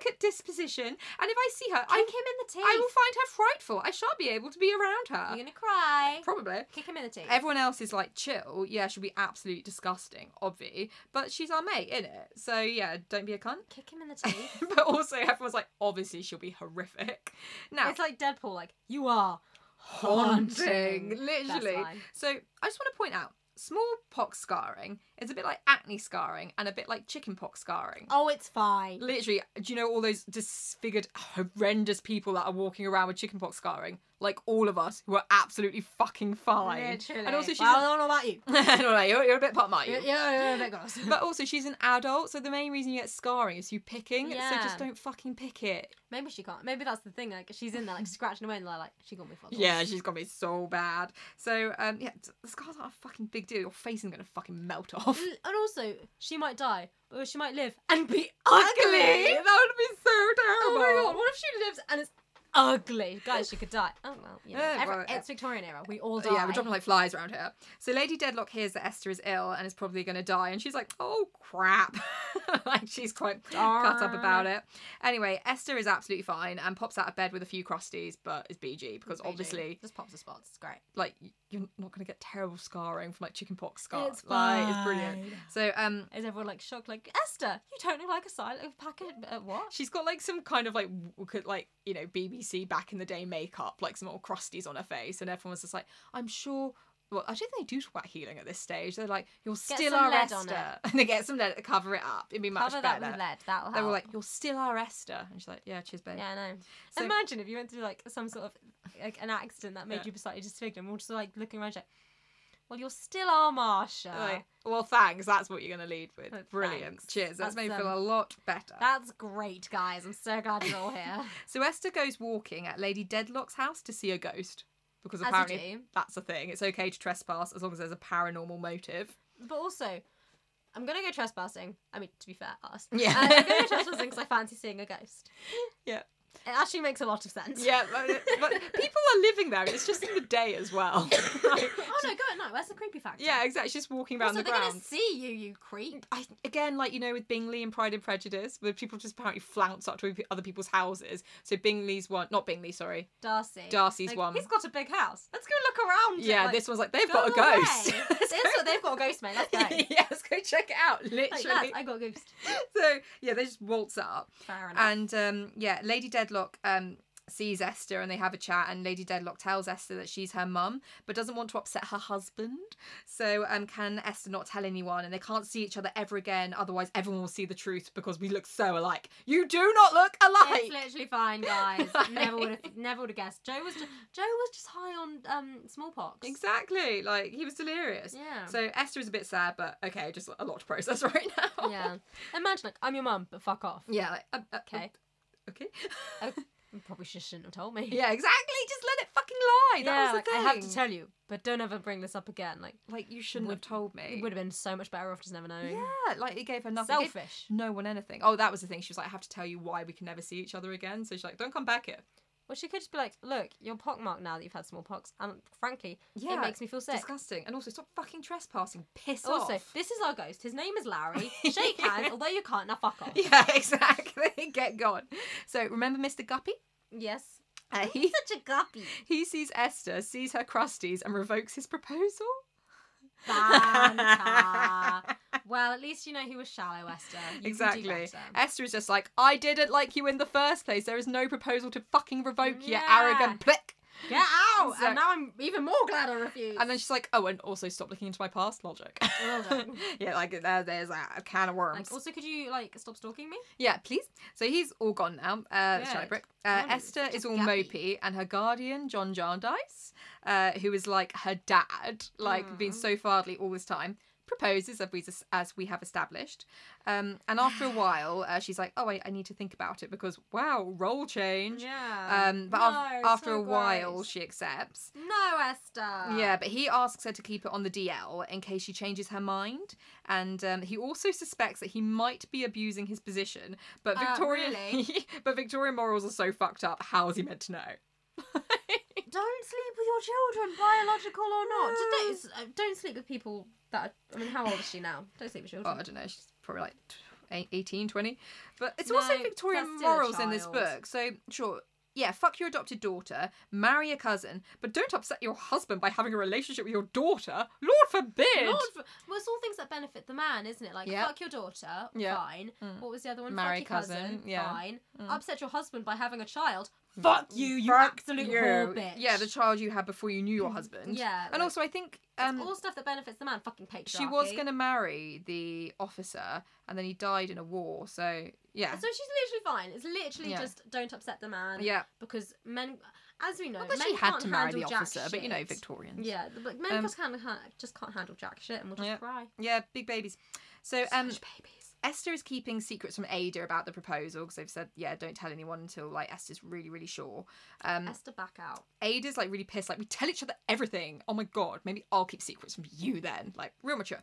delicate disposition, and if I see her, kick I, him in the teeth. I will find her frightful. I shan't be able to be around her. You're gonna cry. Probably. Kick him in the teeth. Everyone else is like chill. Yeah, she'll be absolutely disgusting, obvi, but she's our mate, innit? So yeah, don't be a cunt. Kick him in the teeth. but also everyone's like, obviously she'll be horrific. Now it's like Deadpool. Like you are haunting, That's literally. fine. So I just want to point out, smallpox scarring is a bit like acne scarring and a bit like chickenpox scarring. Oh, it's fine. Literally, do you know all those disfigured, horrendous people that are walking around with chickenpox scarring? Like all of us who are absolutely fucking fine. Literally. And also, she's. well, I don't know about you. I don't know, you're, you're a bit pot, aren't you? Yeah, yeah, yeah, that goes. But also, she's an adult, so the main reason you get scarring is you picking. So Yeah. just don't fucking pick it. Maybe she can't. Maybe that's the thing. Like she's in there, like scratching away, and they're like, she got me fucked. Yeah, she's gonna be so bad. So um, yeah, t- the scars are a fucking big deal. Your face is gonna fucking melt off. Mm, And also, she might die, or she might live and be Ugly. ugly. That would be so Oh terrible. my god! What if she lives and it's ugly? Guys, she could die. Oh well, you know, Yeah, every- well, yeah. it's Victorian era. We all die. Yeah, we're dropping like flies around here. So Lady Deadlock hears that Esther is ill and is probably going to die, and she's like, "Oh crap!" like she's quite cut up about it. Anyway, Esther is absolutely fine and pops out of bed with a few crusties, but is BG because They do. obviously, just pops the spots. It's great. like, you're not going to get terrible scarring from like chickenpox scars. It's like, it's brilliant. fine. So um, Is everyone like shocked? Like Esther, you don't look like a silent packet. Uh, what? She's got like some kind of like w- could, like you know BBC back in the day makeup, like some old crusties on her face, and everyone was just like, "I'm sure." Well, I don't think they do talk about healing at this stage. They're like, "You're still some our lead Esther," on and they get some lead to cover it up. It'd be much Cover that better. with lead. That'll help. they were like, "You're still our Esther," and she's like, "Yeah, cheers, babe." yeah, I know. So- Imagine if you went through like some sort of like an accident that made Yeah. you slightly disfigured, and we're just like looking around, like, well, you're still our Marsha. Like, well, thanks. That's what you're gonna lead with. Well, Brilliant. thanks. Cheers. That's, That's, made me um, feel a lot better. That's great, guys. I'm so glad you're all here. So Esther goes walking at Lady Deadlock's house to see a ghost because As you apparently do. that's a thing. It's okay to trespass as long as there's a paranormal motive. but also, I'm gonna go trespassing. I mean, to be fair, us. Yeah. Uh, I'm gonna go trespassing because I fancy seeing a ghost. Yeah. It actually makes a lot of sense. Yeah, but, but people are living there. It's just in the day as well. Like, oh no, go at night. Where's the creepy factor? yeah, exactly. It's just walking around Also, the they're ground. gonna see you, you creep. I, again, like you know, with Bingley and Pride and Prejudice, where people just apparently flounce up to other people's houses. So Bingley's one, not Bingley, sorry, Darcy. Darcy's Like, one. He's got a big house. Let's go look around. it, yeah, like, this one's like they've go got a ghost. away. Let's This go- one- they've got a ghost, mate. Let's go. Like, yeah, let's go check it out. lads, Literally. I got a ghost. so yeah, they just waltz up. Fair enough. And um, yeah, Lady Deadlock um, sees Esther and they have a chat. And Lady Deadlock tells Esther that she's her mum, but doesn't want to upset her husband. So um, can Esther not tell anyone? And they can't see each other ever again. Otherwise, everyone will see the truth because we look so alike. You do not look alike. it's literally fine, guys. Like- Never would have, never would have guessed. Joe was just, Joe was just high on um smallpox. Exactly. Like he was delirious. Yeah. So Esther is a bit sad, but okay, just a lot to process right now. yeah. Imagine like I'm your mum, but fuck off. Yeah. Like, uh, uh, Okay. Okay. Oh, you probably sh- shouldn't have told me. Yeah, exactly. Just let it fucking lie. That Yeah, was the like, thing. I have to tell you, but don't ever bring this up again. Like Like you shouldn't Would- have told me. it would have been so much better off just never knowing. Yeah, like it gave her nothing. It gave Selfish. no one anything. Oh, that was the thing. She was like, I have to tell you why we can never see each other again. So she's like, don't come back here. Well, she could just be like, "Look, you're pockmarked now that you've had smallpox, and frankly, Yeah, it makes me feel sick." Disgusting. And also, stop fucking trespassing. Piss Also, off. this is our ghost. His name is Larry. Shake hands, although you can't. Now fuck off. Yeah, exactly. Get gone. So remember Mr. Guppy? Yes. Uh, he Such a guppy. he sees Esther, sees her crusties, and revokes his proposal. Banter. well, at least you know he was shallow, Esther. You can do exactly. better. Esther is just like, I didn't like you in the first place. There is no proposal to fucking revoke Yeah. you, arrogant prick. Get out! Exact- And now I'm even more glad I refused. And then she's like, oh, and also stop looking into my past logic. Well done. yeah, like there, there's a, a can of worms. like, also, could you like stop stalking me? Yeah, please. So he's all gone now. Uh, Good. Shallow Brick. Uh, God, he's Esther such a is all gappy. mopey, and her guardian, John Jarndyce, uh, who is like her dad, like Mm. been so fatherly all this time. proposes, as we, as we have established. Um, and after a while, uh, she's like, oh, I, I need to think about it because, wow, role change. Yeah. Um, but af- after a while, she accepts. No, Esther. Yeah, but he asks her to keep it on the DL in case she changes her mind. And um, he also suspects that he might be abusing his position. But Uh, Victoria, really? but Victoria morals are so fucked up. How is he meant to know? Don't sleep with your children, biological or not. No. Don't- it's- uh, Don't sleep with people that. Are, I mean, how old is she now? Don't sleep with Oh, children. I don't know. She's probably like tw- eight- 18, 20. But it's No, also Victoria that's still a morals in this child. book. So sure. Yeah, fuck your adopted daughter, marry a cousin, but don't upset your husband by having a relationship with your daughter. Lord forbid. Lord, for- well, it's all things that benefit the man, isn't it? Like, Yeah. fuck your daughter, Yeah. Mm. fine. What was the other one? Marry fuck your cousin, cousin, yeah. Mm. fine. Upset your husband by having a child, fuck you, you Fuck absolute you. whore bitch. Yeah, the child you had before you knew your husband. Yeah, and like- also I think It's um, all stuff that benefits the man. Fucking patriarchy. she was going to marry the officer, and then he died in a war. So yeah, So she's literally fine. It's literally Yeah. just don't upset the man. yeah. Because men, as we know, Not that men she had can't to marry handle the jack officer, but you know shit. Victorians. Yeah, the- but men Um, just, can't, can't- just can't handle jack shit, and we'll just Yeah. cry. yeah, big babies. So um, Such babies. Esther is keeping secrets from Ada about the proposal because they've said, yeah, don't tell anyone until like Esther's really, really sure. Um, Esther back out. Ada's like really pissed, like we tell each other everything. Oh my god, maybe I'll keep secrets from you then. Like real mature.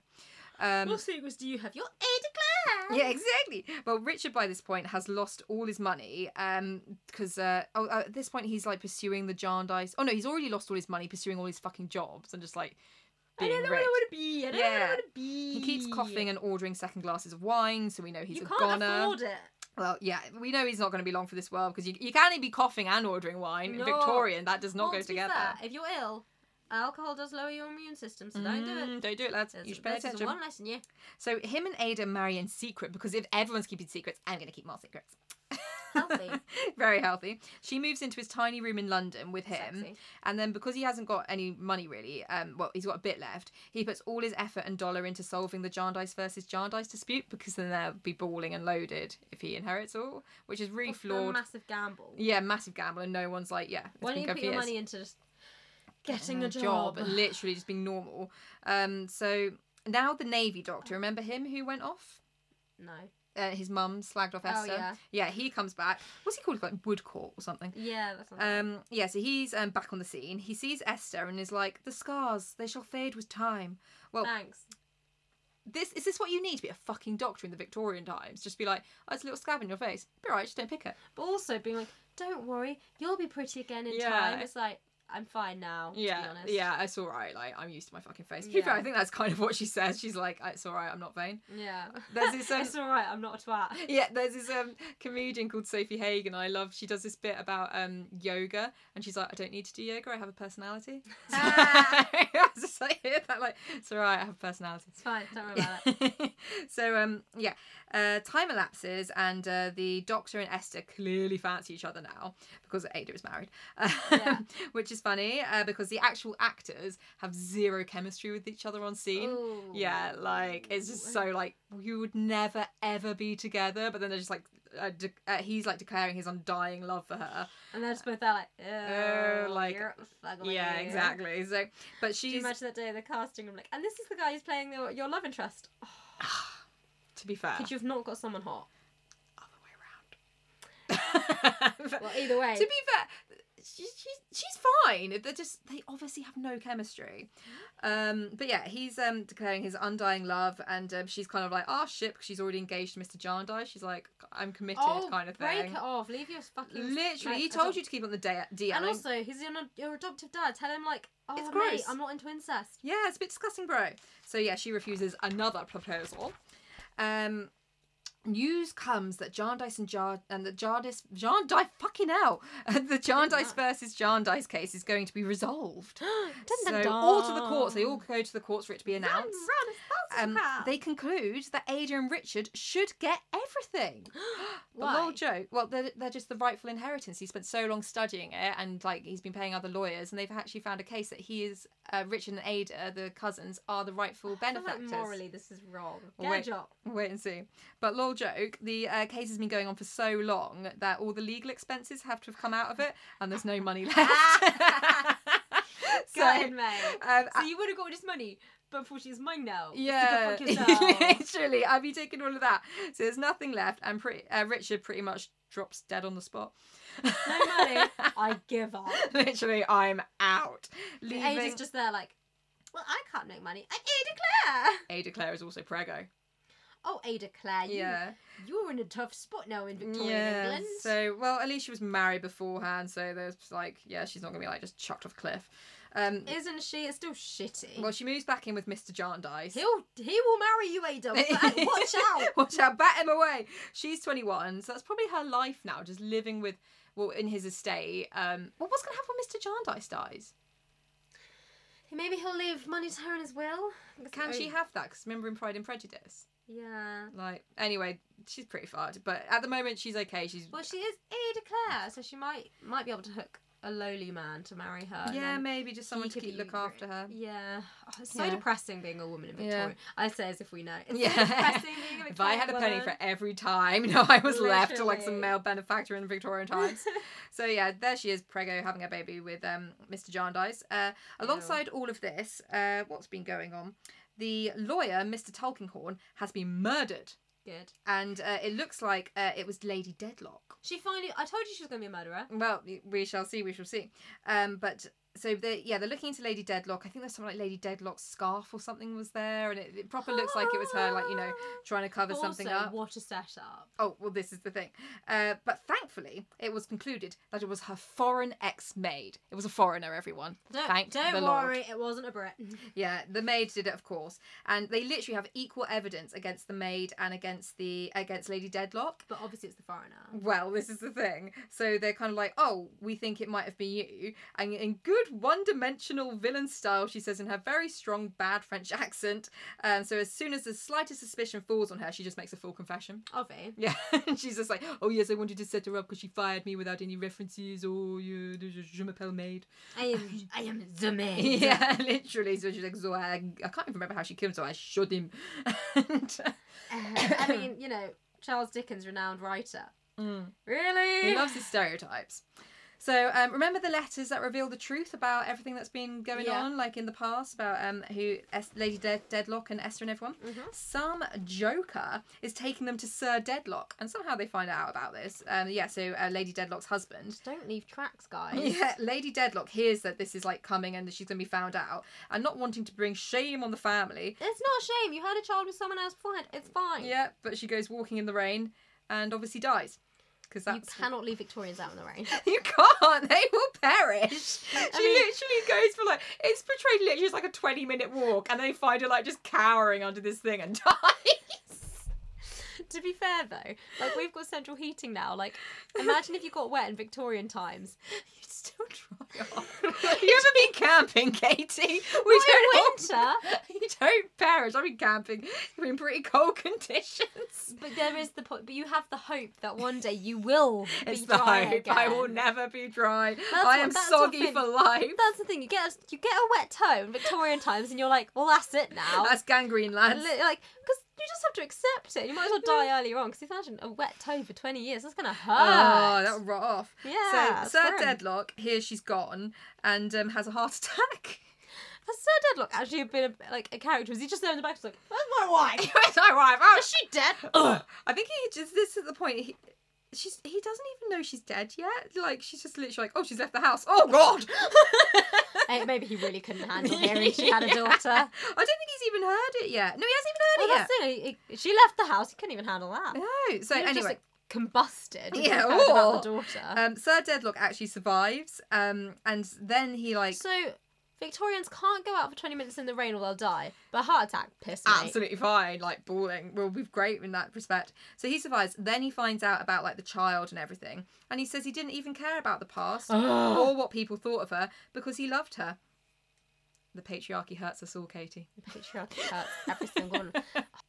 Um, what secrets do you have? Your Ada Glass. Yeah, exactly. Well, Richard by this point has lost all his money um because uh, oh, uh, at this point he's like pursuing the Jarndyce. Oh no, he's already lost all his money pursuing all his fucking jobs and just like being I don't know rich. what I want to be. I don't know what Yeah. I want to be. He keeps coughing and ordering second glasses of wine, so we know he's you a can't goner. afford it. Well, yeah, we know he's not going to be long for this world because you, you can't be coughing and ordering wine. No. Victorian, that does not Well, go to be together. fair, if you're ill, alcohol does lower your immune system, so don't do it. Mm, Don't do it, lads. There's, you should pay there's attention. one lesson, yeah. So him and Ada marry in secret because if everyone's keeping secrets, I'm going to keep more secrets. Healthy. Very healthy. She moves into his tiny room in London with him, Sexy. and then because he hasn't got any money really, um, well, he's got a bit left. He puts all his effort and dollar into solving the Jarndyce versus Jarndyce dispute because then they'll be balling and loaded if he inherits all, which is really What's the flawed. massive gamble. yeah, massive gamble, and no one's like, yeah, it's Why been don't you going put for your years. money into just getting a Mm, job? and literally just being normal. Um, so now the Navy doctor, remember him who went off? No. uh, his mum slagged off Oh, Esther. yeah. he comes back. What's he called? Like Woodcourt or something. Yeah, that's not Um, yeah, so he's um, back on the scene. He sees Esther and is like, "The scars, they shall fade with time." Well, Thanks. this is this what you need to be a fucking doctor in the Victorian times? Just be like, "Oh, it's a little scab in your face. Be alright, just don't pick it." But also being like, don't worry, you'll be pretty again in Yeah. time. It's like, I'm fine now, to be honest. yeah, it's alright. Like I'm used to my fucking face. To be fair, Yeah. I think that's kind of what she says. She's like, "It's alright, I'm not vain." Yeah. There's this, um, it's alright, I'm not a twat. Yeah, there's this um comedian called Sophie Hagen. I love. She does this bit about um yoga, and she's like, I don't need to do yoga. I have a personality. So- I was just like, hear that, like, it's all right. I have a personality. It's fine, don't worry about it. so um yeah, uh, time elapses, and uh, the Doctor and Esther clearly fancy each other now because Ada is married, Yeah. which is funny uh, because the actual actors have zero chemistry with each other on scene. Yeah, like it's just so like you would never ever be together, but then they're just like uh, de- uh, he's like declaring his undying love for her. And they're just both there like, Oh, oh, like- like, you're fugly. Yeah, exactly. So, Do but you she's imagine that day in the casting room, like, and this is the guy who's playing the, your love interest? Oh, to be fair, Could you have not got someone hot? other way around. Well, either way. to be fair, she, she's she's fine. They're just they obviously have no chemistry. Um, but yeah, he's um declaring his undying love, and um, she's kind of like, oh shit, because she's already engaged to Mr. Jarndyce. She's like, I'm committed, kind of Oh, break thing. it off. Leave your fucking. Literally, like, he told adopt- you to keep on the day DL. And also, he's your, your adoptive dad. Tell him like, oh, It's mate, gross. I'm not into incest. Yeah, it's a bit disgusting, bro. So yeah, she refuses another proposal. Um, news comes that Jarndyce and Jar and the Jardice Jarndyce fucking hell, the Jarndyce versus Jarndyce case is going to be resolved. So all to the courts. They all go to the courts for it to be Run, announced. run, as fast as you Um, can. they conclude that Ada and Richard should get everything. the Why? whole joke. Well, they're, they're just the rightful inheritance. He spent so long studying it, and like he's been paying other lawyers, and they've actually found a case that he is uh, Richard and Ada, the cousins, are the rightful I feel like benefactors. morally, this is wrong. Get Wait. a job. We'll Wait and see. But lol joke. The uh, case has been going on for so long that all the legal expenses have to have come out of it, and there's no money left. God, mate. Um, So you would have got all this money, but unfortunately it's mine now. So go yeah, fuck yourself. literally. I've been taking all of that, so there's nothing left, and pretty, uh, Richard pretty much drops dead on the spot. no money. I give up. literally, I'm out. The Leaving. Ada's just there like, well, I can't make money. I'm Ada Claire. Ada Claire is also prego. Oh, Ada Claire, you, Yeah, you're in a tough spot now in Victorian yeah. England. So, well, at least she was married beforehand, so there's like, yeah, she's not gonna be like just chucked off a cliff. Um, Isn't she? It's still shitty. well, she moves back in with Mr. Jarndyce. He'll he will marry you, Ada. but uh, watch out. Watch out! Bat him away. She's 21, so that's probably her life now, just living with, well, in his estate. Um, well, what's going to happen when Mr. Jarndyce dies? Maybe he'll leave money to her in his will. Can Oh, she have that? Because remember in Pride and Prejudice? Yeah. Like, anyway, she's pretty fucked, but at the moment she's okay. She's Well, she is Ada Claire, so she might might be able to hook a lowly man to marry her. and yeah, then maybe just someone he to could keep, be look after re- her. Yeah, oh, it's so Yeah. depressing being a woman in Yeah. Victoria. I say as if we know. It's Yeah. so depressing being a If I Victorian had a penny woman. for every time, you know, I was left to like some Literally. male benefactor in Victorian times. so yeah, there she is, Prego having a baby with um, Mr. Jarndyce. Uh, alongside all of this, uh, what's been going on? The lawyer, Mr. Tulkinghorn, has been murdered, Good. and uh, it looks like uh, it was Lady Deadlock. She finally. I told you she was going to be a murderer. Well, we shall see. We shall see. Um, but so they yeah, they're looking into Lady Deadlock. I think there's something like Lady Deadlock's scarf or something was there, and it, it proper looks like it was her, like you know, trying to cover Also, something up. what a setup. Oh, well, this is the thing. Uh, but thankfully, it was concluded that it was her foreign ex maid. It was a foreigner, everyone. Don't, Thank don't the Lord. worry, it wasn't a Brit. Yeah, the maid did it, of course. And they literally have equal evidence against the maid and against the against Lady Deadlock. But obviously, it's the foreigner. Well, this is the thing. So they're kind of like, oh, we think it might have been you. And in good one dimensional villain style, she says in her very strong, bad French accent. Um, so as soon as the slightest suspicion falls on her, she just makes a full confession. Obvi. Yeah, and she's just like, oh yes, I wanted to set her up because she fired me without any references or you, je, je m'appelle maid. I am. I am the man. Yeah, literally. So she's like, so I, I can't even remember how she killed him, so I shot him. and, uh, I mean, you know, Charles Dickens, renowned writer. Mm. Really? he loves his stereotypes. So um, remember the letters that reveal the truth about everything that's been going Yeah. on, like in the past, about um, who es- Lady De- Deadlock and Esther and everyone. Mhm. Some joker is taking them to Sir Deadlock, and somehow they find out about this. Um, yeah, so uh, Lady Deadlock's husband Don't leave tracks, guys. Yeah, Lady Deadlock hears that this is like coming and that she's gonna be found out, and not wanting to bring shame on the family. It's not a shame. You had a child with someone else beforehand. It's fine. Yeah, but she goes walking in the rain and obviously dies because You that's cannot leave Victorians out in the rain. you can't. They will perish. She mean- literally goes for like it's portrayed literally as like a twenty minute walk, and they find her like just cowering under this thing and dies. to be fair, though, like we've got central heating now. Like, imagine if you got wet in Victorian times. You'd still dry off. you ever been camping, Katie? We don't all- Not in winter. you don't perish. I've been camping in pretty cold conditions. But there is the point. But you have the hope that one day you will It's be the dry hope. I will again. never be dry. I what- am that's what soggy Finn- for life. That's the thing. You get a, you get a wet toe in Victorian times, and you're like, well, that's it now. That's gangrene, lads. Li- like because you just have to accept it. You might as well die earlier on. Because imagine a wet toe for twenty years. That's gonna hurt. Oh, that'll rot off. yeah. so it's Sir grim. Deadlock, here she's gone and um, has a heart attack. Has Sir Deadlock actually been a, like a character? Is he just there in the back? Just like, where's my wife? Where's my wife? Oh, Is she dead? ugh. I think he just this is the point. He, she's he doesn't even know she's dead yet. Like she's just literally like, oh, she's left the house. Oh God. Eh, Maybe he really couldn't handle hearing she had a daughter. I don't think he's even heard it yet. No, he Well, hasn't even heard that's it. He- he- she left the house. He couldn't even handle that. it yet. No. So He would've anyway, just like, combusted. if he Yeah, heard about or- the daughter. um, Sir Deadlock actually survives, um, and then he like so Victorians can't go out for twenty minutes in the rain or they'll die. But heart attack, piss me. absolutely fine, like balling. Well, we've great in that respect. So he survives. Then he finds out about like the child and everything, and he says he didn't even care about the past Ugh. or what people thought of her because he loved her. The patriarchy hurts us all, Katie. patriarchy hurts every single one.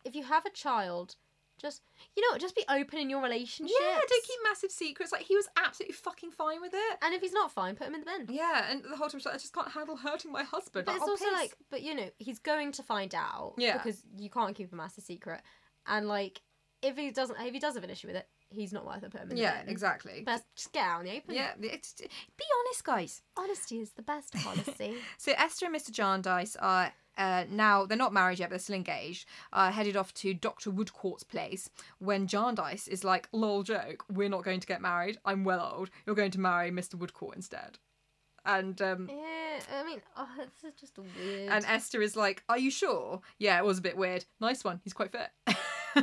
If you have a child, just you know, what, just be open in your relationship. Yeah, don't keep massive secrets. Like he was absolutely fucking fine with it. And if he's not fine, put him in the bin. Yeah, and the whole time she's like, I just can't handle hurting my husband. But Like, it's "Oh, also piss." like, but you know, he's going to find out. Yeah. Because you can't keep a massive secret, and like, if he doesn't, if he does have an issue with it, he's not worth it. Put him in the Yeah, bin. exactly. Best, just get out in the open. Yeah, it's, be honest, guys. Honesty is the best policy. So Esther and Mr. Jarndyce are uh, now they're not married yet, but they're still engaged. Uh, headed off to Doctor Woodcourt's place when Jarndyce is like, "Lol, joke. We're not going to get married. I'm well old. You're going to marry Mr. Woodcourt instead." And um, yeah, I mean, oh, this is just weird. and Esther is like, "Are you sure? Yeah, it was a bit weird. Nice one. He's quite fit."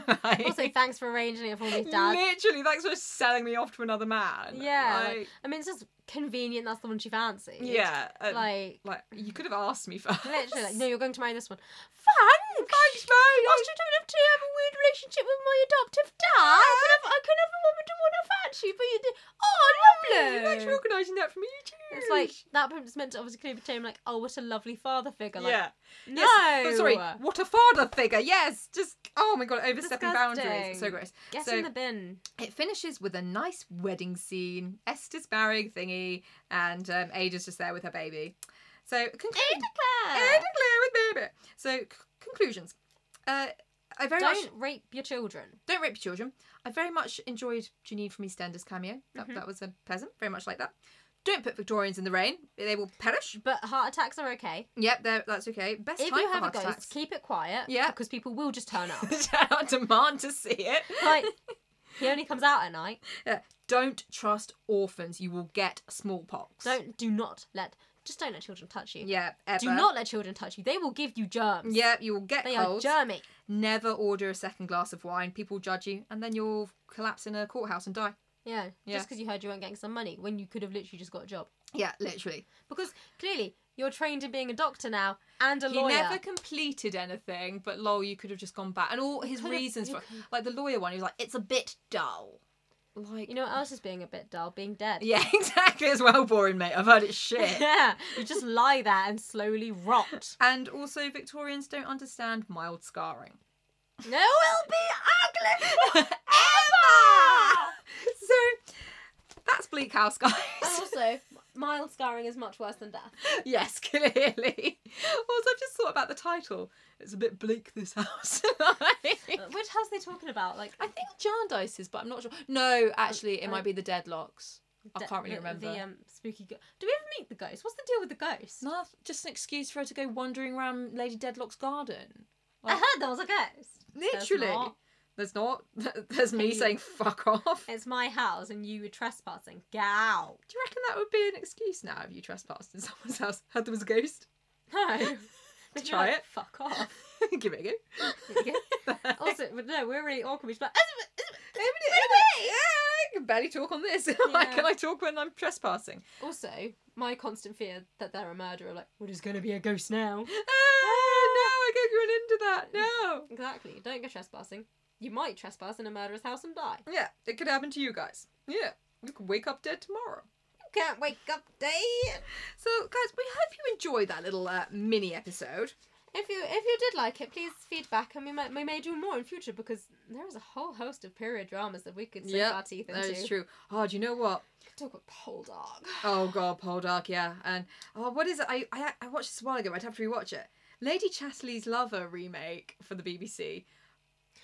Like- also, thanks for arranging it for me, Dad. Literally, thanks for selling me off to another man. Yeah, like- Like, I mean, it's just convenient. That's the one she fancies. yeah. and, like, Like, you could have asked me first. literally, like, no, you're going to marry this one. thanks, thanks, mate. I should have to have a weird relationship with my adoptive dad. I could have, I could have a woman to want to fancy, but you did. Oh, lovely. Thanks for organising that for me. Cheers. It's like that was meant to obviously become like, oh, what a lovely father figure. Like, yeah. no. Yes. Oh, sorry. What a father figure. Yes. Just oh my god, overstepping boundaries. It's so Disgusting. gross. Get so- in the bin. It finishes with a nice wedding scene. Esther's marrying thingy, and um, Ada's just there with her baby. So conclusion. Ada Claire with baby. So c- conclusions. Uh, I very much Don't rape your children. Don't Rape Your Children. I very much enjoyed Janine from EastEnders cameo. That, Mm-hmm. that was a pleasant, very much like that. Don't put Victorians in the rain; they will perish. But heart attacks are okay. Yep, they're- that's okay. Best if time you for have a heart ghost, attacks. keep it quiet. Yeah. Because people will just turn up. I don't demand to see it. like he only comes out at night. Yeah. Don't trust orphans; you will get smallpox. Don't do not let just don't let children touch you. Yeah, ever. Do not let children touch you. They will give you germs. Yeah, you will get They colds. are germy. Never order a second glass of wine. People judge you, and then you'll collapse in a courthouse and die. Yeah. Yeah. Just because you heard you weren't getting some money when you could have literally just got a job. Yeah, literally. Because clearly you're trained in being a doctor now and a he lawyer. never completed anything, but lol, you could have just gone back. And all his could have- reasons you for like the lawyer one, he was like, it's a bit dull. Like You know what else is being a bit dull? Being dead. Yeah, exactly. It's well boring, mate. I've heard it's shit. yeah. You just lie there and slowly rot. and also Victorians don't understand mild scarring. No, it'll be ugly. Ever So that's Bleak House, guys. also, mild scarring is much worse than death. yes, clearly. Also, I've just thought about the title. It's a bit bleak, this house. Like- Which house are they talking about? Like I think Jarndyce is, but I'm not sure. No, actually, it I- might be the Deadlocks. I de- can't really the- remember. The um, spooky. Go- Do we ever meet the ghost? What's the deal with the ghost? no, just an excuse for her to go wandering around Lady Deadlock's garden. I heard there was a ghost. Literally. not. There's not. There's me You- saying fuck off. It's my house, and you were trespassing. Get out. Do you reckon that would be an excuse now if you trespassed in someone's house? Heard there was a ghost? No. To You're try like, it? Fuck off. Give it a go. also, but no, we're really awkward. We're just like, Oh, Yeah, I can barely talk on this. Why Yeah. can I talk when I'm trespassing? also, my constant fear that they're a murderer. Like, well, there's gonna be a ghost now. Ah, no, I gave you an into that. No. Exactly. Don't go trespassing. You might trespass in a murderer's house and die. Yeah, it could happen to you guys. Yeah, you could wake up dead tomorrow. You can't wake up dead. So, guys, we hope you enjoyed that little uh, mini episode. If you if you did like it, please feedback, and we might we may do more in future because there is a whole host of period dramas that we could sink Yep, our teeth into. That is true. Oh, do you know what? Talk about Poldark. Oh God, Poldark, yeah, and oh, what is it? I I, I watched this a while ago. I'd have to rewatch it. Lady Chatterley's Lover remake for the BBC.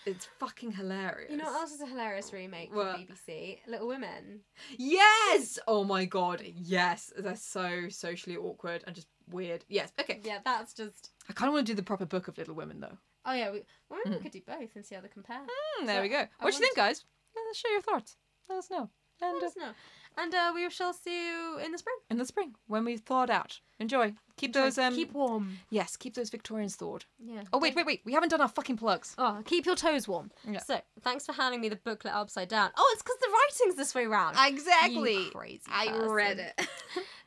It's fucking hilarious. You know what else is a hilarious remake for What? BBC? Little Women. Yes. Oh my God. Yes. They're so socially awkward and just weird. Yes. Okay. Yeah, that's just. I kind of want to do the proper book of Little Women though. Oh yeah, we, well, maybe Mm. we could do both and see how they compare. Hmm, there So, we go. What I do you think, want- guys? Let us Show your thoughts. Let us know. And Let uh, us know. And uh, we shall see you in the spring. in the spring when we've thawed out. Enjoy. Keep those. Um, keep warm. yes. Keep those Victorians thawed. Yeah. Oh wait, wait, wait. We haven't done our fucking plugs. Oh, keep your toes warm. Yeah. So, thanks for handing me the booklet upside down. Oh, it's because the writing's this way round. You crazy. person. it.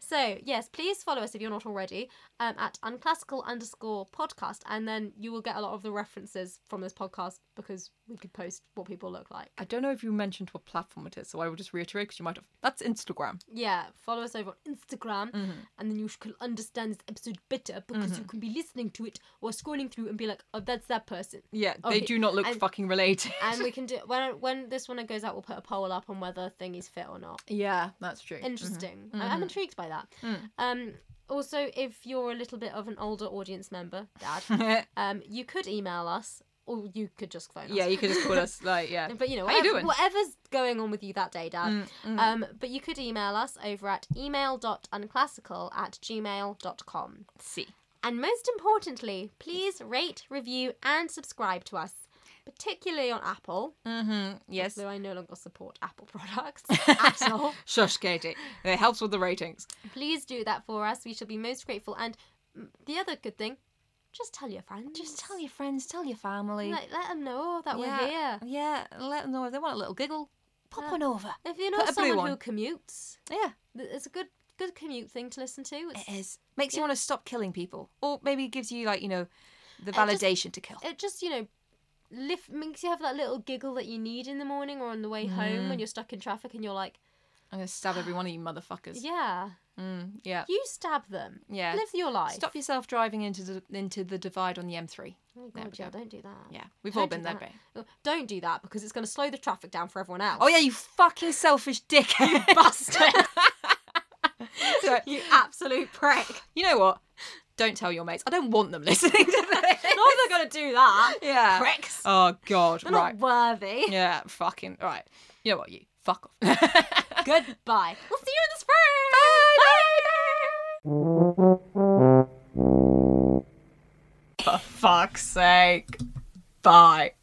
So, yes, please follow us if you're not already um, at unclassical underscore podcast, and then you will get a lot of the references from this podcast because we could post what people look like. I don't know if you mentioned what platform it is, so I will just reiterate because you might have. That's Instagram. Yeah, follow us over on Instagram, Mm-hmm. and then you can understand this episode better because you can be listening to it or scrolling through and be like, oh, that's that person. Yeah, they Okay, do not look and- fucking related. And we can do when when this one goes out, we'll put a poll up on whether thingy's fit or not. yeah, that's true. Interesting. I- Mm-hmm. I'm intrigued by that. Mm. Um, also, if you're a little bit of an older audience member, Dad, um, you could email us or you could just phone us. Yeah, you could just call us like yeah. But you know, How you whatever, doing? whatever's going on with you that day, Dad. Mm, mm. Um, but you could email us over at email.unclassical at gmail.com. See. And most importantly, please rate, review, and subscribe to us, particularly on Apple, Mm-hmm. Yes. though I no longer support Apple products at all. Shush, Katie. It helps with the ratings. Please do that for us. We shall be most grateful. And mm, the other good thing, just tell your friends. Just tell your friends, tell your family. Like, let them know that we're yeah, here. yeah. Let them know if they want a little giggle. Pop Yeah. on over. If you know Put a blue someone who one. commutes, Yeah, th- it's a good good commute thing to listen to. It's, it is. Makes yeah. you want to stop killing people, or maybe gives you like you know, the just- validation to kill. it just you know lift makes you have that little giggle that you need in the morning or on the way home Mm. when you're stuck in traffic and you're like I'm gonna stab every one of you motherfuckers. yeah Mm, yeah. you stab them Yeah. live your life Stop yourself driving into the into the divide on the M3. oh god There we yeah go. don't do that Yeah, we've Don't all do been there. that. Oh, babe. don't do that because it's going to slow the traffic down for everyone else Oh yeah, you fucking selfish dickhead. bastard So, you absolute prick you know what? Don't tell your mates. I don't want them listening to this. no they're going to do that yeah. pricks Oh god. they're right. not worthy Yeah. Fucking. Right. You know what? You fuck off. goodbye we'll see you in the spring For fuck's sake. Bye.